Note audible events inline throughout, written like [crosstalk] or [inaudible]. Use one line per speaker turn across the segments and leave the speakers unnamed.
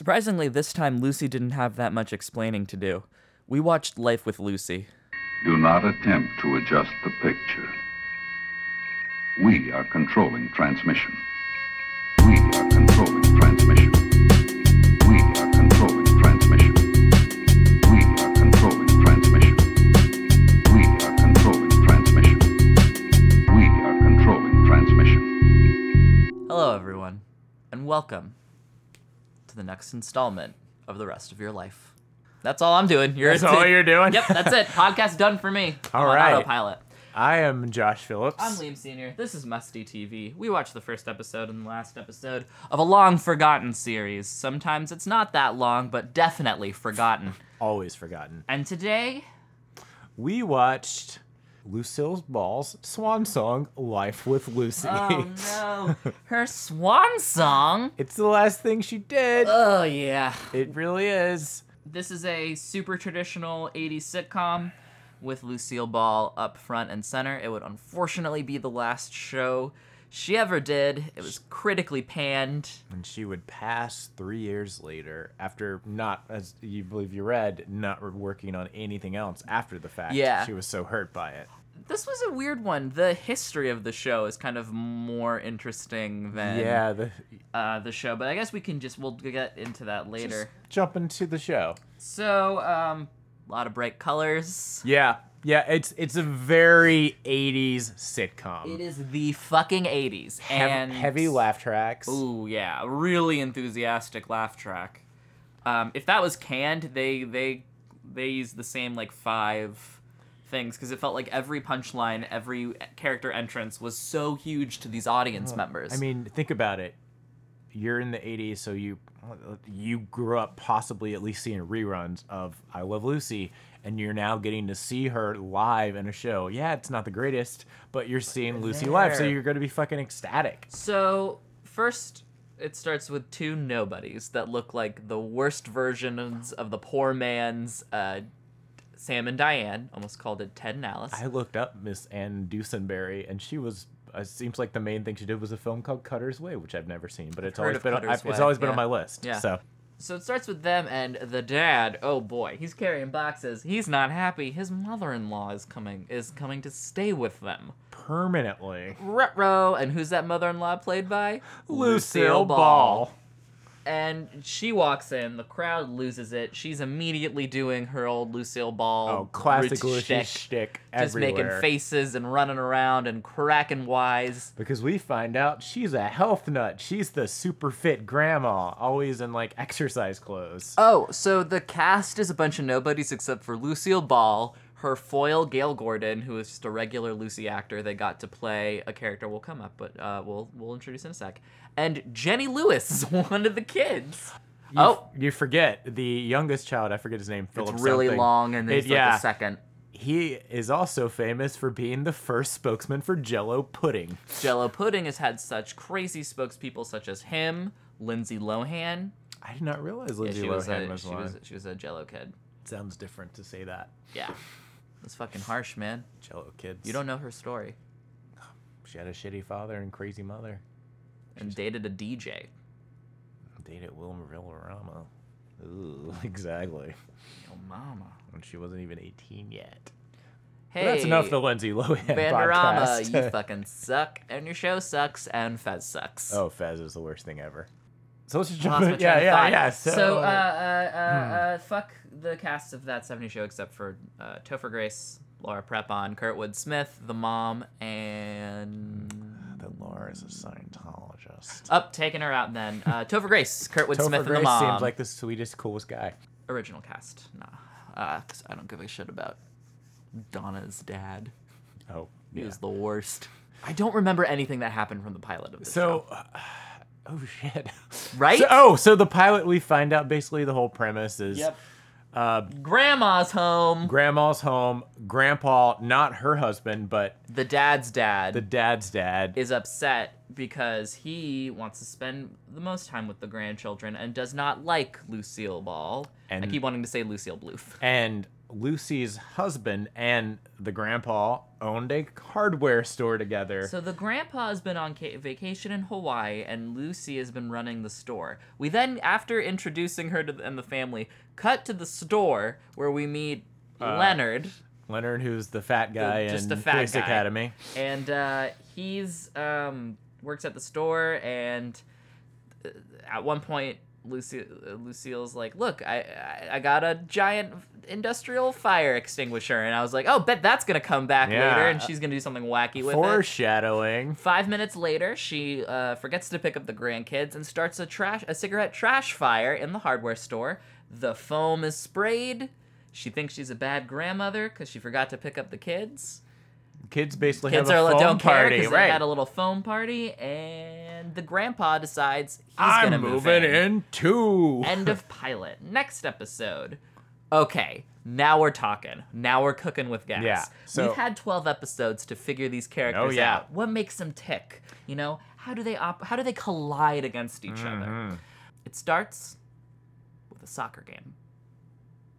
Surprisingly, this time Lucy didn't have that much explaining to do. We watched Life with Lucy.
Do not attempt to adjust the picture. We are controlling transmission. We are controlling transmission. We are controlling transmission. We are controlling transmission. We are controlling transmission. We are controlling transmission.
Hello, everyone, and welcome to the next installment of The Rest of Your Life. That's all I'm doing. You're
That's all
[laughs]
you're doing?
Yep, that's
[laughs]
it. Podcast done for me.
All
I'm on
right.
Autopilot.
I am Josh Phillips.
I'm Liam Sr. This is Musty TV. We watched the first episode and the last episode of a long forgotten series. Sometimes it's not that long, but definitely forgotten.
Always forgotten.
And today,
We watched Lucille Ball's swan song, Life with Lucy.
oh no, her swan song.
[laughs] it's the last thing she did.
Oh yeah.
It really is.
This is a super traditional 80s sitcom with Lucille Ball up front and center. It would unfortunately be the last show she ever did. It was critically panned.
And she would pass three years later after not, as you believe you read, not working on anything else after the fact.
Yeah.
She was so hurt by it.
This was a weird one. The history of the show is kind of more interesting than
yeah. The,
uh, the show, but I guess we can just we'll get into that later.
jump into the show.
So, um, a lot of bright colors.
Yeah. Yeah. It's it's a very 80s sitcom.
It is the fucking 80s
Hev-
and
heavy laugh tracks.
Ooh, yeah, really enthusiastic laugh track. Um, if that was canned, they they they used the same like five things because it felt like every punchline, every character entrance was so huge to these audience members.
I mean, think about it. You're in the 80s, so you you grew up possibly at least seeing reruns of I Love Lucy, and you're now getting to see her live in a show. Yeah, it's not the greatest, but you're seeing Lucy live, so
there.
you're going to be fucking ecstatic.
So first, it starts with two nobodies that look like the worst versions of the poor man's uh, Sam and Diane. Almost called it Ted and Alice.
I looked up Miss Anne Dusenberry, and she was. It seems like the main thing she did was a film called Cutter's Way, which I've never seen, but it's
heard
always
of
been on,
Cutter's
I've, it's
Way,
always been on
yeah.
my list.
Yeah.
So
So it starts with them and the dad. Oh boy, he's carrying boxes. He's not happy. His mother-in-law is coming is coming to stay with them.
permanently,
Retro, and who's that mother-in-law played by? And she walks in. The crowd loses it. She's immediately doing her old Lucille Ball.
Oh, classic
rich
Lucy
shtick.
shtick
Just making
everywhere.
faces and running around and cracking wise.
Because we find out she's a health nut. She's the super fit grandma, always in like exercise clothes.
Oh, so the cast is a bunch of nobodies except for Lucille Ball, her foil Gail Gordon, who is just a regular Lucy actor that got to play a character we'll come up, but uh, we'll we'll introduce in a sec. And Jenny Lewis is [laughs] one of the kids.
You f-
oh.
you forget the youngest child. I forget his name. Philip.
It's really
something.
long, and
It-
there's like
yeah,
a second
He is also famous for being the first spokesman for Jello pudding.
Jello Pudding has had such crazy spokespeople such as him, Lindsay Lohan.
I did not realize
Yeah,
Lindsay
she was
Lohan
a,
was,
she
one.
was she was a Jello kid.
Sounds different to say that.
Yeah, it's fucking harsh, man.
Jello kids.
You don't know her story.
She had a shitty father and crazy mother.
And dated a DJ.
Dated Will Villarama. Ooh, [laughs] exactly.
Yo, mama.
And she wasn't even 18 yet.
Hey,
That's enough the Lindsay Lohan
Vanderama,
podcast. [laughs]
you fucking suck, and your show sucks, and Fez sucks.
Oh, Fez is the worst thing ever. So let's just
Lost
jump
my
in.
train
[laughs] Yeah,
of
yeah,
thought.
yeah.
So,
So, Hmm.
uh, uh, uh, uh, fuck the cast of that 70 show except for uh, Topher Grace, Laura Prepon, Kurtwood Smith, the mom, and
that Laura is a Scientologist.
up taking her out then.
[laughs]
Uh, Topher Grace, Kurtwood
Topher
Smith, and the
Grace
mom.
seems like the sweetest, coolest guy.
original cast. Nah, Uh 'cause I don't give a shit about Donna's dad.
Oh,
He
yeah.
was the worst. I don't remember anything that happened from the pilot of this show.
So, uh, [sighs] oh shit.
Right?
So, oh, so the pilot we find out basically the whole premise is
uh, Grandma's home.
grandma's home, grandpa, not her husband, but
The dad's dad
the dad's dad.
is upset because he wants to spend the most time with the grandchildren and does not like Lucille Ball. I
And-
keep wanting to say Lucille Bluth.
and Lucy's husband and the grandpa owned a hardware store together.
So the grandpa has been on ca- vacation in Hawaii, and Lucy has been running the store. We then, after introducing her to the, and the family, cut to the store where we meet
Uh,
Leonard,
Leonard, who's the fat guy
just
in
the fat
Police
guy.
Academy.
and uh, he's um, works at the store. And uh, at one point, Lucy uh, Lucille's like, "Look, I, I I got a giant industrial fire extinguisher," and I was like, "Oh, bet that's gonna come back
Yeah.
later, and she's gonna do something wacky with it."
Foreshadowing.
Five minutes later, she uh, forgets to pick up the grandkids and starts a trash a cigarette trash fire in the hardware store. The foam is sprayed. She thinks she's a bad grandmother because she forgot to pick up the kids.
Kids basically
Kids
have
are
a
like,
foam
don't care
party,
because
right?
they had a little foam party, and the grandpa decides he's gonna
I'm
move
moving in, too.
[laughs] End of pilot. Next episode. Okay, now we're talking. Now we're cooking with gas.
Yeah, so-
We've had 12 episodes to figure these characters
Oh, yeah.
out. What makes them tick? You know, how do they op- how do they collide against each
Mm-hmm.
other? It starts with a soccer game.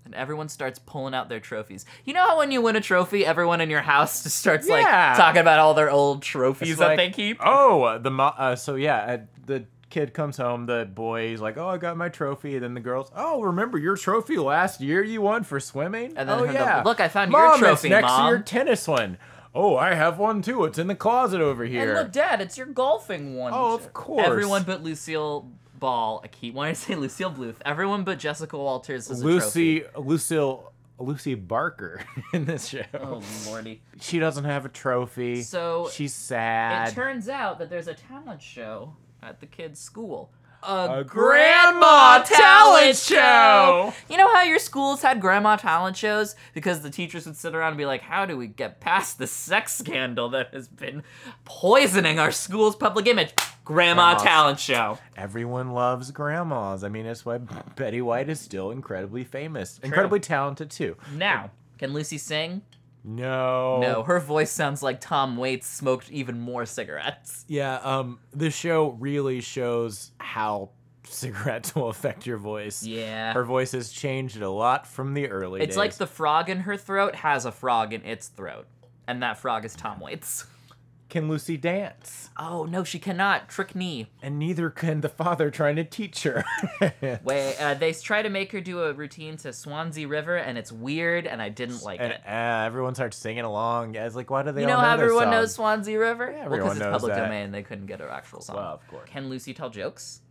And everyone starts pulling out their trophies. You know how when you win a trophy, everyone in your house just starts
Yeah.
like talking about all their old trophies
It's
that
like,
they keep?
Oh, uh, the mo- uh, so yeah, uh, the kid comes home. The boy's like, "Oh, I got my trophy." And then the girls, "Oh, remember your trophy last year you won for swimming?"
And then
oh
her- the- "Look, I found your
mom, it's
trophy,
next to your
Mom."
tennis one. Oh, I have one too. It's in the closet over
And
here.
look, Dad, it's your golfing one.
Oh, of course.
Everyone but Lucille Ball. I keep wanting to say Lucille Bluth. Everyone but Jessica Walters is
Lucy, Lucille, Lucy Barker [laughs] in this show.
A trophy. Oh lordy!
She doesn't have a trophy.
So,
she's
It
sad.
turns out that there's a talent show at the kids' school. A,
A grandma talent show!
You know how your schools had grandma talent shows because the teachers would sit around and be like, "How do we get past the sex scandal that has been poisoning our school's public image?" Grandma
Grandma's-
talent show.
Everyone loves grandmas. I mean, that's why Betty White is still incredibly famous, incredibly talented too.
Now, can Lucy sing?
No.
No, her voice sounds like Tom Waits smoked even more cigarettes.
Yeah, um this show really shows how cigarettes [laughs] will affect your voice.
Yeah.
Her voice has changed a lot from the early
it's
days.
like the frog in her throat has a frog in its throat. And that frog is Tom Waits.
Can Lucy dance?
[laughs] Oh no, she cannot. Trick [laughs] knee.
And neither can the father trying to teach her. [laughs] and
Wait, uh, they try to make her do a routine to Swansea River, and it's weird, and I didn't like it.
uh, everyone starts singing along. Yeah, It's like, why do they
You
all
know how
this
everyone
song?
knows Swansea River? Yeah,
everyone
it's
knows
public
that.
domain. They couldn't get her actual song.
Well, of course.
Can Lucy tell jokes?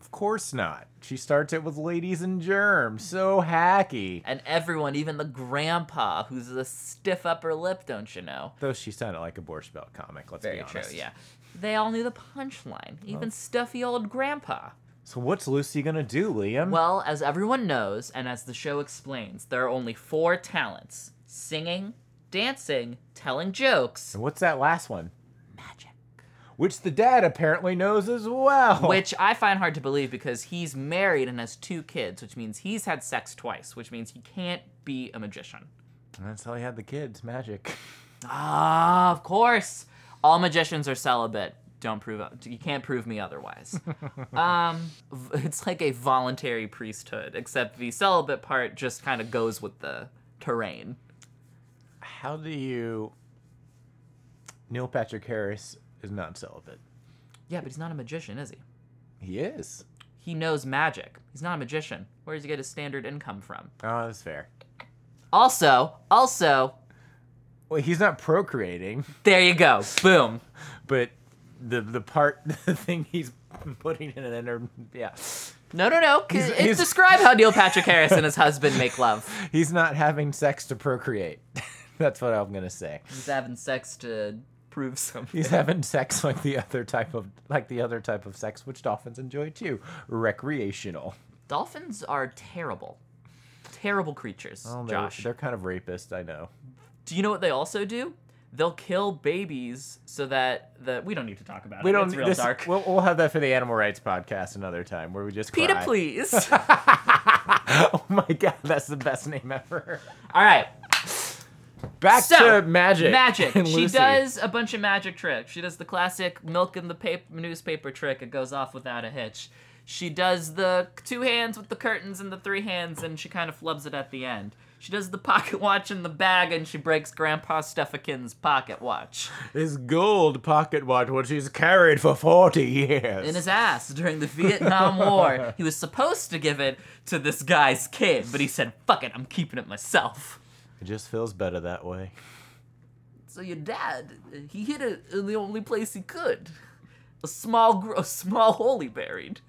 Of course not. She starts it with ladies and germs. So hacky.
And everyone, even the grandpa, who's a stiff upper lip, don't you know?
Though she sounded like a Borscht Belt comic, let's
Very
be
true,
honest.
yeah. They all knew the punchline, even stuffy old grandpa.
So what's Lucy gonna do, Liam?
Well, as everyone knows, and as the show explains, there are only four talents singing, dancing, telling jokes,
and what's that last one?
magic.
Which the dad apparently knows as well.
Which I find hard to believe because he's married and has two kids, which means he's had sex twice, which means he can't be a magician.
That's how he had the kids, magic.
Ah, of course. All magicians are celibate. Don't prove you can't prove me
[laughs]
otherwise. um, v- it's like a voluntary priesthood, except the celibate part just kind of goes with the terrain.
How do you Neil Patrick Harris is not celibate.
Yeah, but he's not a magician, is he?
He is.
He knows magic. He's not a magician. Where does he get his standard income from?
Oh, that's fair.
Also, also,
Well, he's not procreating,
there you go. Boom.
but the the part [laughs] the thing he's putting in an inner yeah.
No, no, no.
He's-
It's
he's-
describe how Neil Patrick Harris and his husband make love.
He's not having sex to procreate. [laughs] that's what I'm gonna say.
He's having sex to prove something.
He's having sex like the other type of like the other type of sex which dolphins enjoy too. Recreational.
Dolphins are terrible. Terrible creatures,
Well, they're-
Josh.
They're kind of rapists, I know.
Do you know what they also do? They'll kill babies so that the we don't need to talk about
We
it.
don't
it's real
this- [laughs]
dark.
We'll, we'll have that for the animal rights podcast another time where we just
PETA
cry.
please.
[laughs] oh my god, that's the best name ever.
All right.
Back
So,
to magic. [laughs]
Magic.
and
She
Lucy.
does a bunch of magic tricks. She does the classic milk in the paper, newspaper trick. It goes off without a hitch. She does the two hands with the curtains and the three hands, and she kind of flubs it at the end. She does the pocket [laughs] watch in the bag, and she breaks Grandpa Stuffakin's pocket watch
His gold pocket watch, which he's carried for 40 years.
in his ass during the
[laughs]
Vietnam War. He was supposed to give it to this guy's kid, but he said, "Fuck it, I'm keeping it myself."
it just feels better that way.
So your dad, he hid it in the only place he could. A small, gr- a small hole he
[laughs]
buried.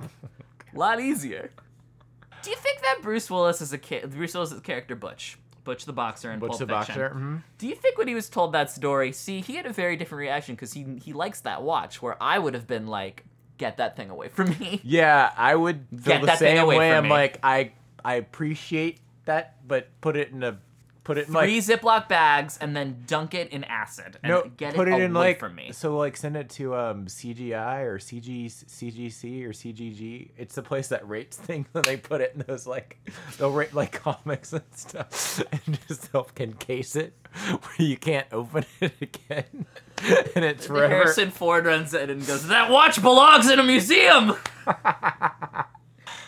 a lot easier. Do you think that Bruce Willis is a kid? Bruce Willis' character Butch, Butch the boxer in
Butch
Pulp
the
Fiction.
Boxer. hmm
Do you think when he was told that story, see, he had a very different reaction because he he likes that watch. Where I would have been like, get that thing away from
[laughs]
me.
Yeah, I would feel
Get
the
that thing
same
away
way.
from
I'm
me.
like, I I appreciate that, but put it in a put it in like
Three Ziploc bags and then dunk it in acid and
no,
get
put
it,
it,
away
in like
from me.
so like send it to um CGI or CG CGC or CGG. It's the place that rates [laughs] things and they put it in those like they'll rate like [laughs] comics and stuff [laughs] and just they'll encase it where you can't open [laughs] it again [laughs] and it's forever.
Harrison Ford runs in and goes, "That watch belongs in a
[laughs]
museum."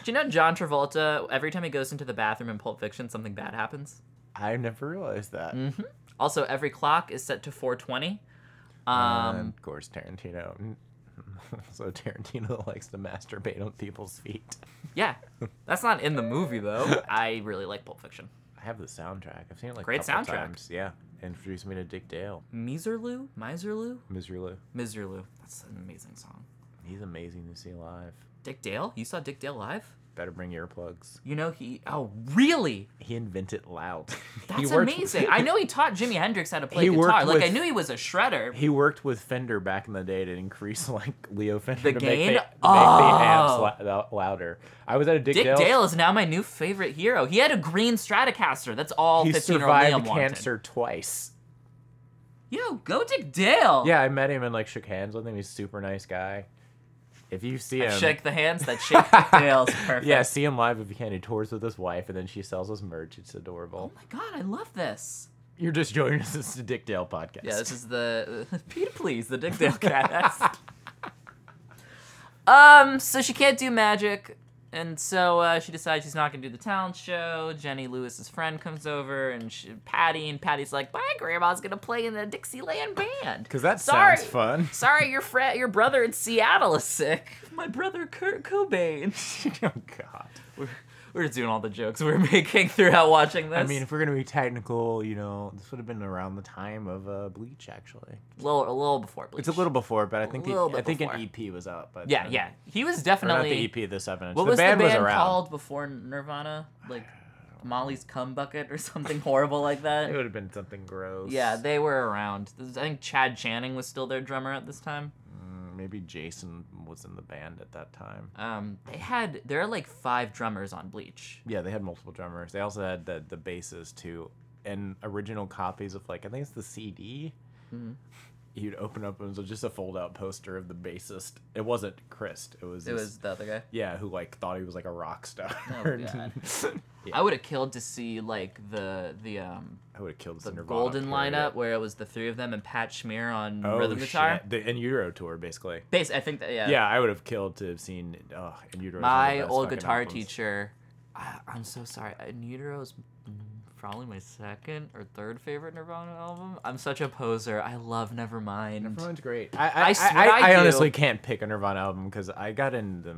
Do you know John Travolta? Every time he goes into the bathroom in Pulp Fiction, something bad happens.
I never realized that.
Also, every clock is set to 420.
and
Um,
of course Tarantino. [laughs] So Tarantino [laughs] likes to masturbate on people's feet.
yeah, that's not in the movie
[laughs]
though. I really like Pulp Fiction.
I have the soundtrack. I've seen it like a
Great
couple
soundtrack. Mm.
times. Yeah, introduced me to Dick Dale,
Miserloo, Miserloo,
Miserlou.
Miserloo. That's an amazing song.
He's amazing to see live.
Dick Dale, you saw Dick Dale live?
Better bring earplugs.
You know he. Oh, really?
He invented loud. [laughs] He
That's
worked-
amazing.
[laughs]
I know he taught Jimi Hendrix how to play
He worked
guitar. Like I
with-
knew he was a shredder.
He worked with Fender back in the day to increase [laughs] like Leo Fender
The
to
gain?
make the,
Oh.
make the amps lou- lou- louder. I was at a Dick,
Dick
Dale.
Dale is now my new favorite hero. He had a green Stratocaster. That's all
He
15 year old Liam
survived
wanted.
cancer twice.
Yo, go Dick Dale.
Yeah, I met him and like shook hands with him. He's a super nice guy. If you see him,
Shake the hands that shake
[laughs]
Dick Dale's perfect.
Yeah, see him live if you can. He tours with his wife, and then she sells us merch. It's adorable.
Oh my god, I love this.
You're just joining us. It's the Dick Dale podcast.
Yeah,
[laughs]
this is the [laughs] Peter Please, the Dick [laughs] Dale cast. um, so she can't do magic, and so uh, she decides she's not gonna do the talent show. Jenny Lewis's friend comes over, and she, Patty, and Patty's like, "My grandma's gonna play in the Dixieland band."
because that
Sorry.
sounds fun. [laughs]
Sorry, your friend, your brother in Seattle is sick. My brother Kurt Cobain.
oh God.
[laughs] we're, we're just doing all the jokes we're [laughs] making throughout watching this.
I mean, if we're gonna be technical, you know, this would have been around the time of uh, Bleach. Actually,
a little, a little before Bleach.
it's a little before, but I think the,
little bit
I think
before.
an EP was out. But uh,
Yeah, yeah. He was
Not
definitely.
the EP, the seven inch.
What
the
was
band
the
was
band
around.
called before Nirvana? Like Molly's Cum Bucket or [laughs] something horrible like
It
that.
would have been something gross.
Yeah, they were around. This is- I think Chad Channing was still their drummer at this time.
Mm, maybe Jason was in the band at that time.
Um, they had there are like five drummers on Bleach.
Yeah, they had multiple drummers. They also had the the basses too, and original copies of like I think it's the CD.
Mm-hmm.
You'd open up and it was just a fold out poster of the bassist. It wasn't Christ. It was.
It
this-
was the other guy.
Yeah, who like thought he was like a rock star. [laughs]
Oh, God.
yeah,
I would have killed to see like the the um
I would have killed this
the
Nirvana
golden
period.
lineup where it was the three of them and Pat Schmear on
Oh,
rhythm guitar.
shit. The In Utero tour, basically.
Bass, I think that yeah.
Yeah, I would have killed to have seen oh, In Utero. is one of the
My
best
old
fucking
guitar
albums.
teacher. I, I'm so sorry. In Utero is probably my second or third favorite Nirvana album. I'm such a poser. I love Nevermind.
Everyone's great. I
I
I, I,
swear
I,
I
I
do.
honestly can't pick a Nirvana album because I got in the.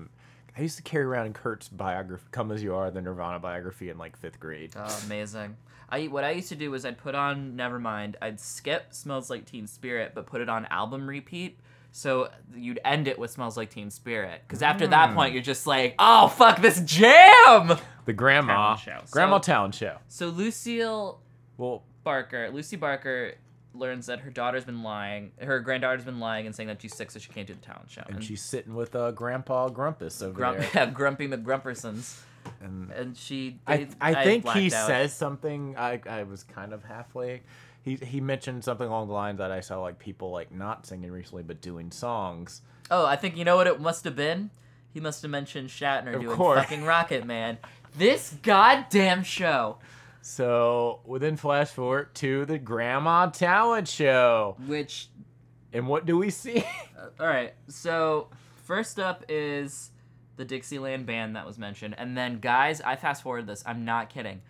I used to carry around Kurt's biography, "Come as You Are," the Nirvana biography in like fifth grade.
Oh, amazing. I what I used to do was I'd put on Nevermind. I'd skip Smells Like Teen Spirit, but put it on album repeat. So you'd end it with Smells Like Teen Spirit, because after that point you're just like, oh fuck this jam.
the Grandma,
Talent show.
Grandma
So-
Town Show.
So Lucille
Well,
Barker, Lucy Barker learns that her daughter's been lying, her granddaughter's been lying and saying that she's sick, so she can't do the talent show.
and she's sitting with uh, Grandpa Grumpus over
grump,
there.
[laughs] yeah, Grumpy McGrumpersons,
And-
and she.
I,
they-
I think he
blacked out.
says something. I, I was kind of halfway. He, he mentioned something along the lines that I saw like people like not singing recently but doing songs.
Oh, I think you know what it must have been. He must have mentioned Shatner
Of
doing
course.
fucking Rocket Man. This goddamn show,
So within flash forward to the Grandma Talent Show,
which
and what do we see? [laughs]
All right. So first up is the Dixieland band that was mentioned, and then guys, I fast forward this. I'm not kidding.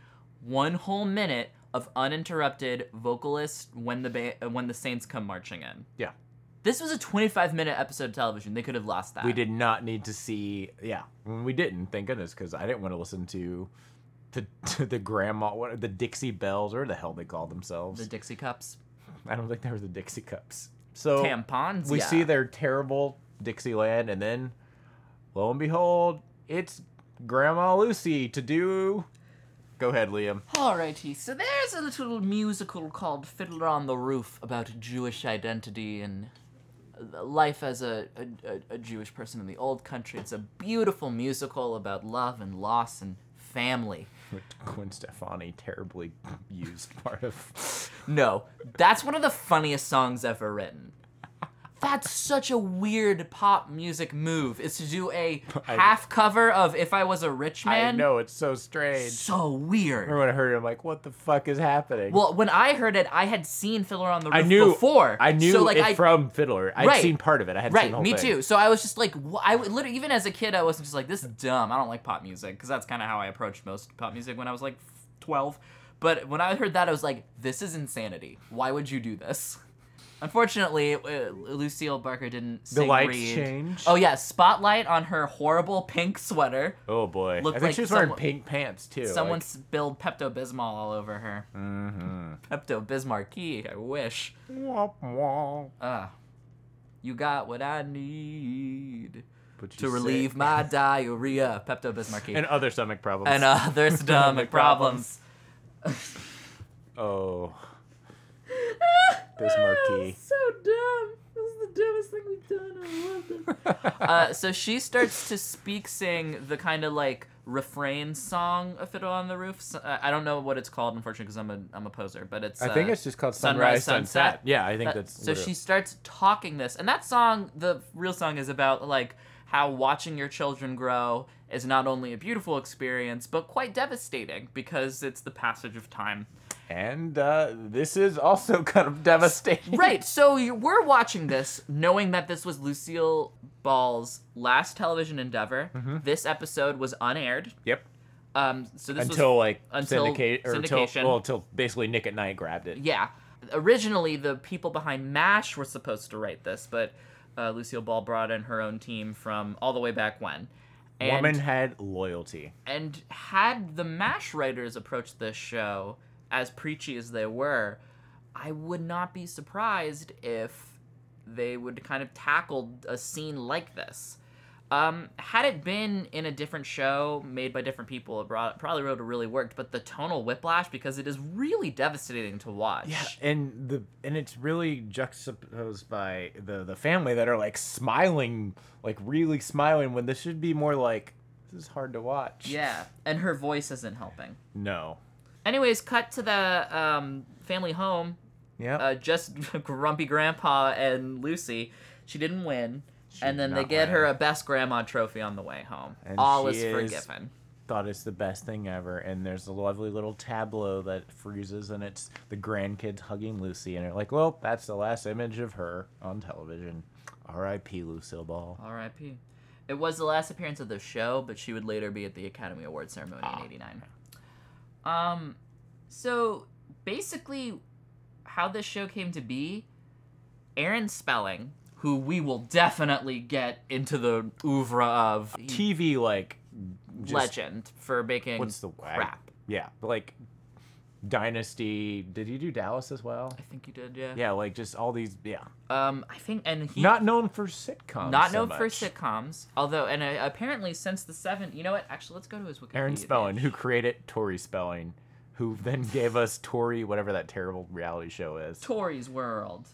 one whole minute of uninterrupted vocalist when the ba- uh, when the Saints come marching in.
Yeah.
This was a 25 minute episode of television. They could have lost that.
We did not need to see. Yeah, we didn't. Thank goodness, because I didn't want to listen to, to, to the grandma, what the Dixie Bells or the hell they called themselves.
the Dixie Cups,
I don't think they were the Dixie Cups. So
tampons.
we
yeah.
see their terrible Dixieland, and then lo and behold, it's Grandma Lucy to do. Go
[laughs]
ahead, Liam.
Alrighty, so there's a little musical called Fiddler on the Roof about Jewish identity and life as a, a, a- a Jewish person in the old country. It's a beautiful musical about love and loss and family.
Gwen Stefani terribly used part of.
No, that's one of the funniest songs ever written. That's such a weird pop music move is to do a
[laughs] I-
half cover of If I Was a Rich
I
Man.
know it's so strange.
So weird.
Remember when I heard it, I'm like, what the fuck is happening?
Well, when I heard it, I had seen Fiddler on the Roof
I knew
before.
I knew
so, like,
it
I,
from Fiddler. I'd
Right.
seen part of it. I had seen the
Right,
whole
me
thing.
too. So I was just like, wh- I would literally even as a kid, I wasn't just like this is dumb. I don't like pop music because that's kind of how I approached most pop music when I was like f- twelve. But when I heard that, I was like, this is insanity. Why would you do this? Unfortunately, uh, Lucille Barker didn't.
The
Sing
lights
Reed.
changed.
Oh yeah, spotlight on her horrible pink sweater.
Oh boy.
Looked
I think
like
she was wearing
someone-
pink pants too.
Someone spilled Pepto Bismol all over her.
Mm-hmm.
Pepto Bismarcky. I wish.
Like, [laughs] womp, womp.
Ah, you got what I need.
But
to
you
relieve
said-
my diarrhea, Pepto Bismarcky,
and
and, uh,
other stomach problems. [laughs]
other stomach problems. [laughs]
oh. This marquee.
So dumb. This is the dumbest thing we've done. I love it. [laughs] uh, so she starts to speak, sing the kind of like refrain song of Fiddle on the Roof. So, uh, I don't know what it's called, unfortunately, because I'm a I'm a poser. But it's
I
uh,
think it's just called
Sunrise,
Sunrise,
Sunset.
Sunset. Yeah, I think
That-
that's.
so
what it-
she starts talking this and that song the real song is about like how watching your children grow is not only a beautiful experience but quite devastating because it's the passage of time
And uh, this is also [laughs] kind of devastating.
right so you- we're watching this knowing that this was lucille ball's last television endeavor this episode was unaired
Yep.
um, so this
Until
was
like
until
syndicate or until
syndication.
well until basically Nick at Night grabbed it.
Yeah. Originally, the people behind MASH were supposed to write this, but uh, Lucille Ball brought in her own team from all the way back when. And,
Womanhead loyalty.
and had the MASH writers approached this show as preachy as they were, I would not be surprised if they would kind of tackle a scene like this. Um, had it been in a different show made by different people, it brought, probably would have really worked. But the tonal whiplash, because it is really devastating to watch.
Yeah, and the and it's really juxtaposed by the the family that are like smiling, like really smiling when this should be more like this is hard to watch.
Yeah, and her voice isn't helping.
No.
Anyways, cut to the um, family home.
Yeah.
Uh, just [laughs] grumpy grandpa and Lucy. She didn't win, and then they
not
get her
win.
a best grandma trophy on the way home.
And
All
she
is,
is-
forgiven.
Thought it's the best thing ever, and there's a lovely little tableau that freezes, and it's the grandkids hugging Lucy, and they're like, "Well, that's the last image of her on television." R.I.P. Lucille Ball.
R.I.P. It was the last appearance of the show, but she would later be at the Academy Award ceremony
Ah.
in '89. Um, so basically, how this show came to be, Aaron Spelling, who we will definitely get into the oeuvre of he-
TV like just-
legend for making
What's the wag-
crap.
Yeah, but like Dynasty. Did you do Dallas as well?
I think you did, yeah.
Yeah, like just all these. Yeah,
Um, I think, and he
not known for sitcoms.
not
so
known for
much.
sitcoms, although, and uh, apparently since the seven, you know what? Actually, let's go to his Wikipedia.
Aaron Spelling,
page.
who created Tori Spelling, who then gave us Tori, whatever that terrible reality show is.
Tori's
Oh,
World.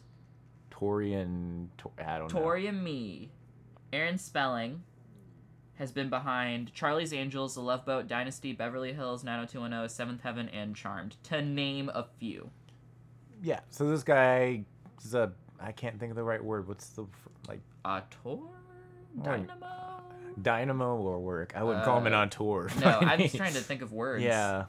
Tori and Tor- I don't know.
Tori and me. Aaron Spelling has been behind Charlie's Angels, The Love Boat, Dynasty, Beverly Hills, 90210, Seventh Heaven, and Charmed, to name a few.
Yeah. So this guy is a. I can't think of the right word. What's the fr- like
A tour? Dynamo?
dynamo or work? I wouldn't call him an
Uh,
auteur.
No,
[laughs] by
I'm just
any-
trying to think of words.
Yeah.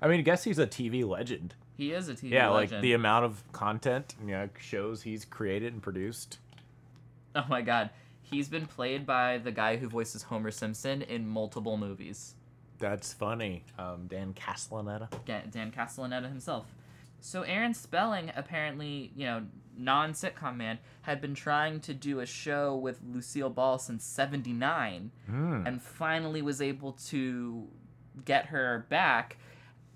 I mean, I guess he's a TV legend.
He is a TV
Yeah, like
legend.
the amount of content, you know, shows he's created and produced.
Oh my god. He's been played by the guy who voices Homer Simpson in multiple movies.
That's funny. Um, Dan Castellaneta.
Dan, Dan Castellaneta himself. So Aaron Spelling, apparently, you know, non-sitcom man, had been trying to do a show with Lucille Ball since '79,
Hmm.
and finally was able to get her back.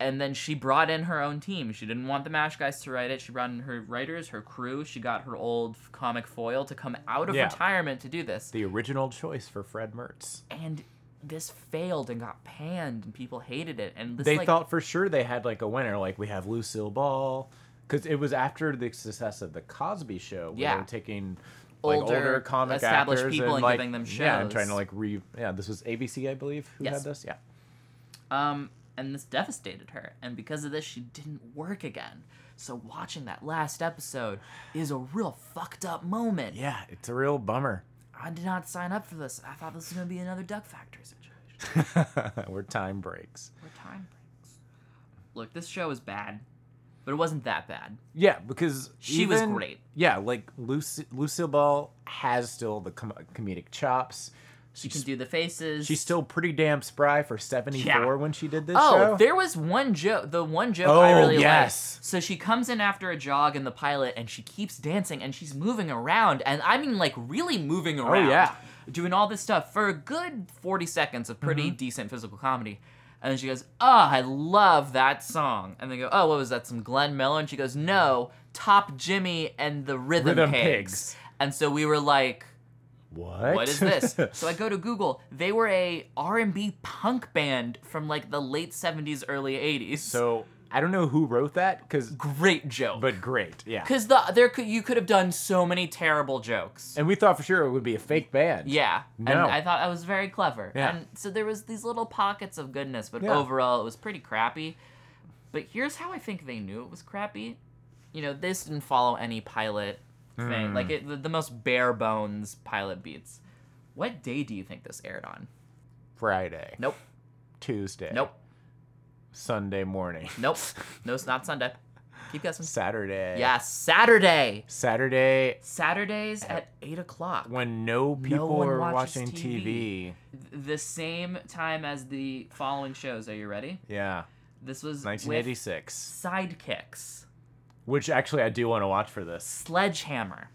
And then she brought in her own team. She didn't want the Mash guys to write it. She brought in her writers, her crew. She got her old comic foil to come out of
Yeah.
retirement to do this
The original choice for Fred Mertz.
and this failed and got panned and people hated it and this
they
like,
thought for sure they had like a winner. Like we have Lucille Ball, because it was after the success of the Cosby Show. Where
Yeah.
they were taking like older,
Older,
comic
established
actors
people
and,
and
like,
giving them
Yeah, and
shows.
trying to like re. Yeah, this was ABC, I believe, who
Yes.
had this. Yeah.
um and this devastated her and because of this she didn't work again so watching that last episode is a real fucked up moment
Yeah, it's a real bummer. [laughs]
i did not sign up for this i thought this was going to be another duck factory situation
Where time breaks.
where time breaks look this show is bad but it wasn't that bad
Yeah, because
She was
even-
great.
Yeah, like Lucy, Lucille Ball has still the com- comedic chops.
she can
She's,
do the faces
she's still pretty damn spry for seventy four
Yeah.
when she did this
Oh,
show.
there was one joke. The one joke I
Oh,
really
yes.
liked. So she comes in after a jog in the pilot, and she keeps dancing, and she's moving around, and I mean like really moving around.
Oh, yeah.
Doing all this stuff for a good forty seconds of pretty
Mm-hmm.
decent physical comedy, and then she goes, "Oh, I love that song." And they go, "Oh, what was that? Some Glenn Miller?" And she goes, "No, Top Jimmy and the Rhythm,
Rhythm
Pigs."
Pigs.
And so we were like.
what?
What is this? so I go to Google. They were a R&B punk band from like the late 70s, early 80s.
[laughs] so I don't know who wrote that, because
great joke.
but great, yeah.
cuz the there could you could have done so many terrible jokes.
And we thought for sure it would be a fake band.
yeah.
No.
And I thought I was very clever.
Yeah.
And so there was these little pockets of goodness, but
Yeah.
overall it was pretty crappy. But here's how I think they knew it was crappy. You know, this didn't follow any pilot thing.
Hmm.
Like it, the, the most bare bones pilot beats. What day do you think this aired on?
Friday,
Nope.
Tuesday,
Nope. [laughs]
Sunday morning,
Nope. No, it's not Sunday. Keep guessing.
Saturday.
Yeah, Saturday.
Saturday
Saturdays at eight o'clock.
when no people
one
are
watches
watching
TV.
TV.
The same time as the following shows. Are you ready?
Yeah,
This was with
1986.
Sidekicks,
Which actually I do want to watch for this.
Sledgehammer,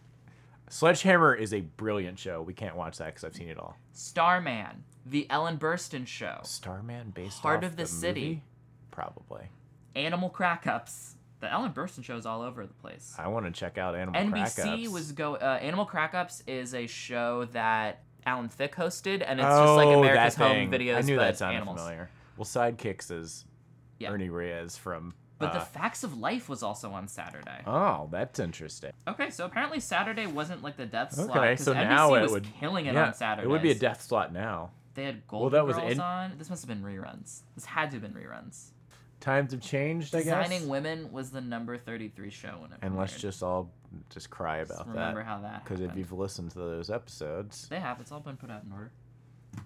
Sledgehammer is a brilliant show. We can't watch that because I've seen it all.
Starman, The Ellen Burstyn Show,
Starman based
Heart
off
of the
the
City.
movie? probably.
Animal Crackups. The Ellen Burstyn Show is all over the place.
I want to check out Animal
NBC
Crackups.
was go. Uh, Animal Crackups is a show that Alan Thicke hosted, and it's
oh,
just like America's
that
Home
thing.
Videos,
I knew
but
that sounded
animals.
familiar. Well, Sidekicks is
Yeah.
Ernie Reyes from.
But the
uh,
Facts of Life was also on Saturday.
oh, that's interesting.
Okay, so apparently Saturday wasn't like the death slot
Okay,
because
so
NBC
now it
was
would
killing it
yeah,
on Saturdays.
It would be a death slot now.
They had Golden
Well, that was
Girls
in-
on. This must have been reruns. This had to have been reruns.
Times have changed, I guess.
Designing Women was the number thirty-three show when it.
and let's
premiered.
just all just cry about
Just remember
that
how that.
because if
happened.
you've listened to those episodes,
They have. It's all been put out in order.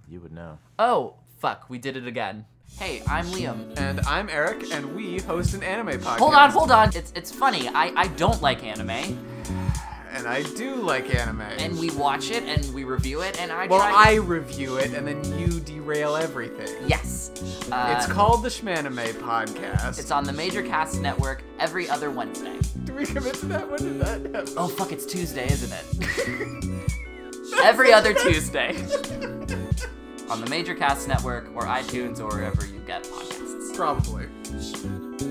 you would know.
Oh fuck! We did it again. Hey, I'm Liam.
And I'm Eric, and we host an anime podcast.
Hold on, hold on. It's it's funny. I I don't like anime,
And I do like anime.
and we watch it and we review it, and I
well,
try.
I review it, and then you derail everything.
yes. Uh,
It's called the Schmanime Podcast.
It's on the Major Cast Network every other Wednesday.
Do we commit to that? When did that happen?
Oh fuck, it's Tuesday, isn't it? [laughs] every other Tuesday. on the Major Cast Network or iTunes or wherever you get podcasts.
Probably.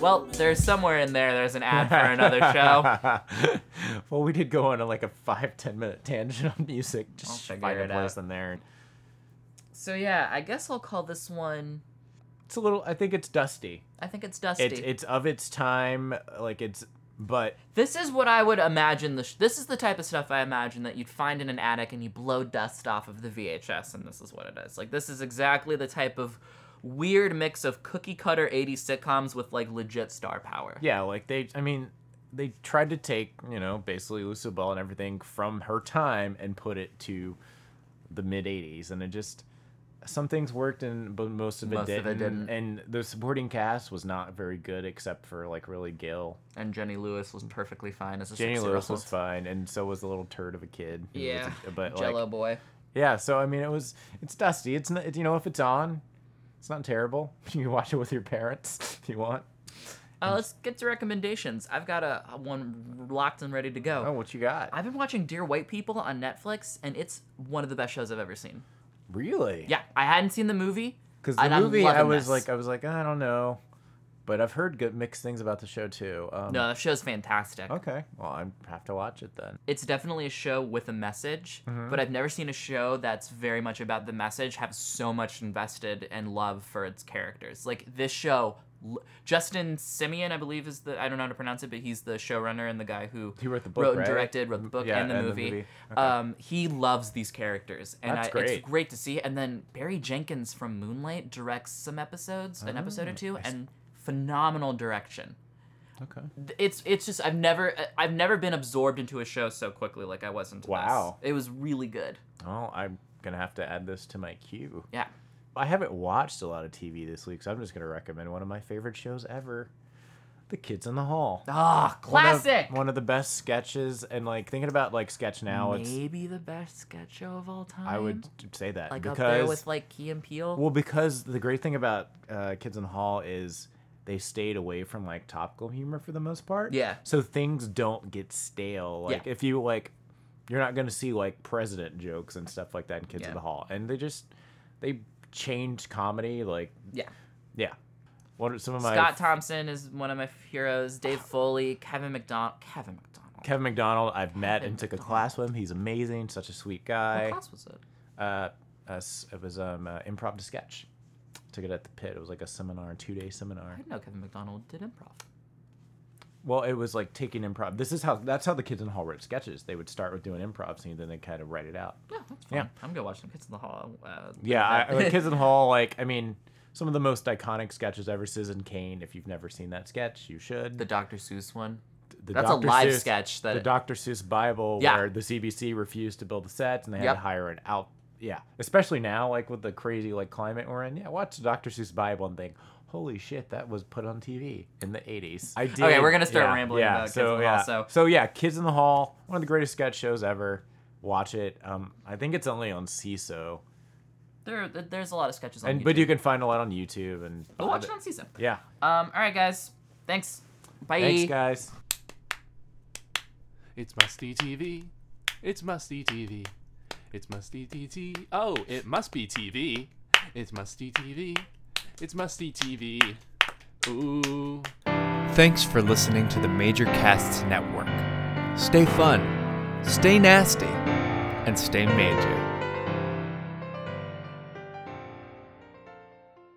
Well, there's somewhere in there there's an ad for another [laughs] show.
[laughs] well, we did go on a, like a five ten minute tangent on music. Just
I'll figure
find a
it
place
out.
in there.
So yeah, I guess I'll call this one
It's a little. I think it's dusty.
I think it's Dusty.
It's it's of its time. Like it's, but
This is what I would imagine. The sh- this is the type of stuff I imagine that you'd find in an attic and you blow dust off of the VHS, and this is what it is. Like, this is exactly the type of weird mix of cookie cutter 80s sitcoms with, like, legit star power.
yeah, like they. I mean, they tried to take you know basically Lucille Ball and everything from her time and put it to the mid '80s, and it just some things worked and but most of it,
Most of
didn't,
it didn't.
And the supporting cast was not very good except for like really Gil.
And Jenny Lewis was perfectly fine as a
Jenny
six-year-old.
Lewis was fine, and so was the little turd of a kid. who was
Yeah.
a- but
Jello
like,
boy.
yeah. So I mean, it was it's dusty. It's not, it, you know if it's on, It's not terrible. [laughs] You can watch it with your parents [laughs] if you want.
Uh, let's get to recommendations. I've got a a one locked and ready to go.
Oh, what you got?
I've been watching Dear White People on Netflix, and it's one of the best shows I've ever seen.
really?
Yeah, I hadn't seen the movie.
Because the
and I'm
movie, I
loving
was
this.
like, I was like, I don't know, but I've heard good mixed things about the show too. Um,
no, the show's fantastic.
Okay. Well, I have to watch it then.
It's definitely a show with a message,
Mm-hmm.
but I've never seen a show that's very much about the message have so much invested and love for its characters. Like this show, l- Justin Simeon, I believe is the I don't know how to pronounce it, but he's the showrunner and the guy who
He wrote the book,
wrote and
right?
directed, wrote the book
Yeah,
and the movie.
Okay.
Um, he loves these characters, and
That's
I,
great.
it's great to see. And then Barry Jenkins from Moonlight directs some episodes, an episode
Mm,
or two, and phenomenal direction
Okay.
it's it's just I've never uh, I've never been absorbed into a show so quickly like I was into this.
Wow.
It was really good.
Oh, I'm gonna have to add this to my queue.
Yeah.
I haven't watched a lot of TV this week, so I'm just gonna recommend one of my favorite shows ever, The Kids in the Hall.
Ah,
One of-
classic.
One of, the best sketches, and like thinking about like sketch now, it's
Maybe the best sketch show of all time.
I would say that
like
because
up there with like Key and Peele.
Well, because the great thing about uh, Kids in the Hall is they stayed away from like topical humor for the most part.
Yeah.
So things don't get stale.
Yeah.
Like if you like, you're not gonna see like president jokes and stuff like that in Kids
Yeah.
in the Hall, and they just they changed comedy. Like
yeah.
yeah, what are some of my
Scott Thompson is one of my heroes. Dave Foley, Kevin McDonald, Kevin McDonald.
Kevin McDonald I've met
Kevin
and took a
McDonald.
class with him. He's amazing, such a sweet
What
guy.
class was it?
Uh, us it was um uh, improv to sketch. Took it at the pit. It was like a seminar, two day seminar.
I didn't know Kevin McDonald did improv.
Well, it was like taking improv. This is how that's how the kids in the hall wrote sketches. They would start with doing improv scene, then they kind of write it out.
Yeah, that's fun.
Yeah.
I'm gonna watch some Kids in the Hall. Uh,
Yeah, I,
that- [laughs]
like kids in the [laughs] hall. Like, I mean, some of the most iconic sketches ever. Citizen Kane. If you've never seen that sketch, you should.
the Dr. Seuss one.
The
that's a live
Seuss-
sketch that-
the Dr. Seuss Bible,
Yeah.
where the CBC refused to build the sets and they had
Yep.
to hire an out. Yeah, especially now, like with the crazy like climate we're in. Yeah, watch the Dr. Seuss Bible and think, holy shit, that was put on TV in the '80s. I did.
we're gonna start rambling about Kids in the Hall,
yeah.
so-
so yeah, Kids in the Hall, one of the greatest sketch shows ever. Watch it. Um, I think it's only on CISO,
There, there's a lot of sketches on
and
YouTube.
but you can find a lot on YouTube and.
Go watch it on season.
Yeah.
Um, all right, guys. Thanks. Bye.
Thanks, guys.
It's musty TV. It's musty TV. It's musty TV. Oh, it must be TV. It's musty TV. It's musty TV. Ooh.
Thanks for listening to the Major Casts Network. Stay fun, stay nasty, and stay major.